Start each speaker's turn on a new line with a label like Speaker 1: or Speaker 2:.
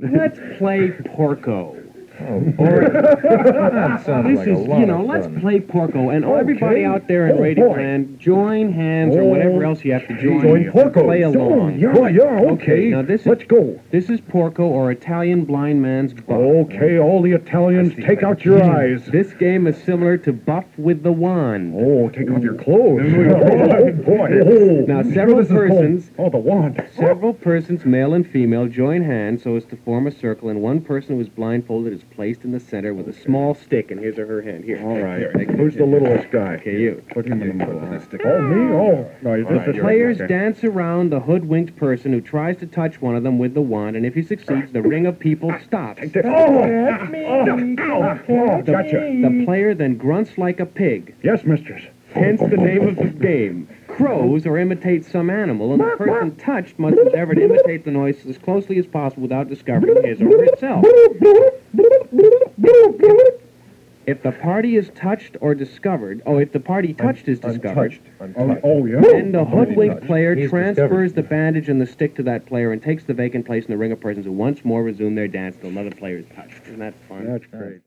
Speaker 1: Let's play Porco.
Speaker 2: Oh, boy. that sounds
Speaker 1: This
Speaker 2: like a
Speaker 1: is,
Speaker 2: lot
Speaker 1: you know,
Speaker 2: of
Speaker 1: let's
Speaker 2: fun.
Speaker 1: play Porco, and
Speaker 3: Okay.
Speaker 1: everybody out there in
Speaker 3: Oh,
Speaker 1: Radio
Speaker 3: boy.
Speaker 1: Land, join hands or whatever else you have to join.
Speaker 3: Join Porco.
Speaker 1: Play
Speaker 3: Oh,
Speaker 1: along.
Speaker 3: yeah, yeah, okay.
Speaker 1: now this is-
Speaker 3: Let's go.
Speaker 1: This is Porco, or Italian Blind Man's Buff.
Speaker 3: Okay, all the Italians, take out your eyes.
Speaker 1: This game is similar to Buff with the Wand.
Speaker 3: Oh, take off your clothes. oh, boy. Oh,
Speaker 1: Now,
Speaker 3: you
Speaker 1: several
Speaker 3: sure this is called-
Speaker 1: persons-
Speaker 3: Oh, the wand.
Speaker 1: Several persons, male and female, join hands so as to form a circle, and one person who is blindfolded is placed in the center with a small stick, and here's her hand. Here.
Speaker 3: All right.
Speaker 1: Thank you.
Speaker 3: Who's the littlest guy?
Speaker 1: Okay, you.
Speaker 3: Put him in the middle. Oh, me? Oh. No, it's
Speaker 2: right,
Speaker 3: just
Speaker 2: you're
Speaker 1: Players
Speaker 3: okay.
Speaker 1: dance around the hoodwinked person who tries to touch one of them with the wand, and if he succeeds, the ring of people
Speaker 2: Ah,
Speaker 1: stops.
Speaker 3: Oh, oh, oh, gotcha.
Speaker 1: The player then grunts like a pig,
Speaker 3: Yes, mistress.
Speaker 1: hence the name of the game. Crows or imitates some animal, and the person touched must endeavor to imitate the noise as closely as possible without discovering his or herself. If the party is touched or discovered, oh, if the party touched is discovered,
Speaker 3: Oh, oh, yeah.
Speaker 1: Then the hoodwinked player
Speaker 2: He's
Speaker 1: transfers the bandage and the stick to that player and takes the vacant place in the ring of persons who once more resume their dance till another player is touched. Isn't that fun?
Speaker 3: That's great.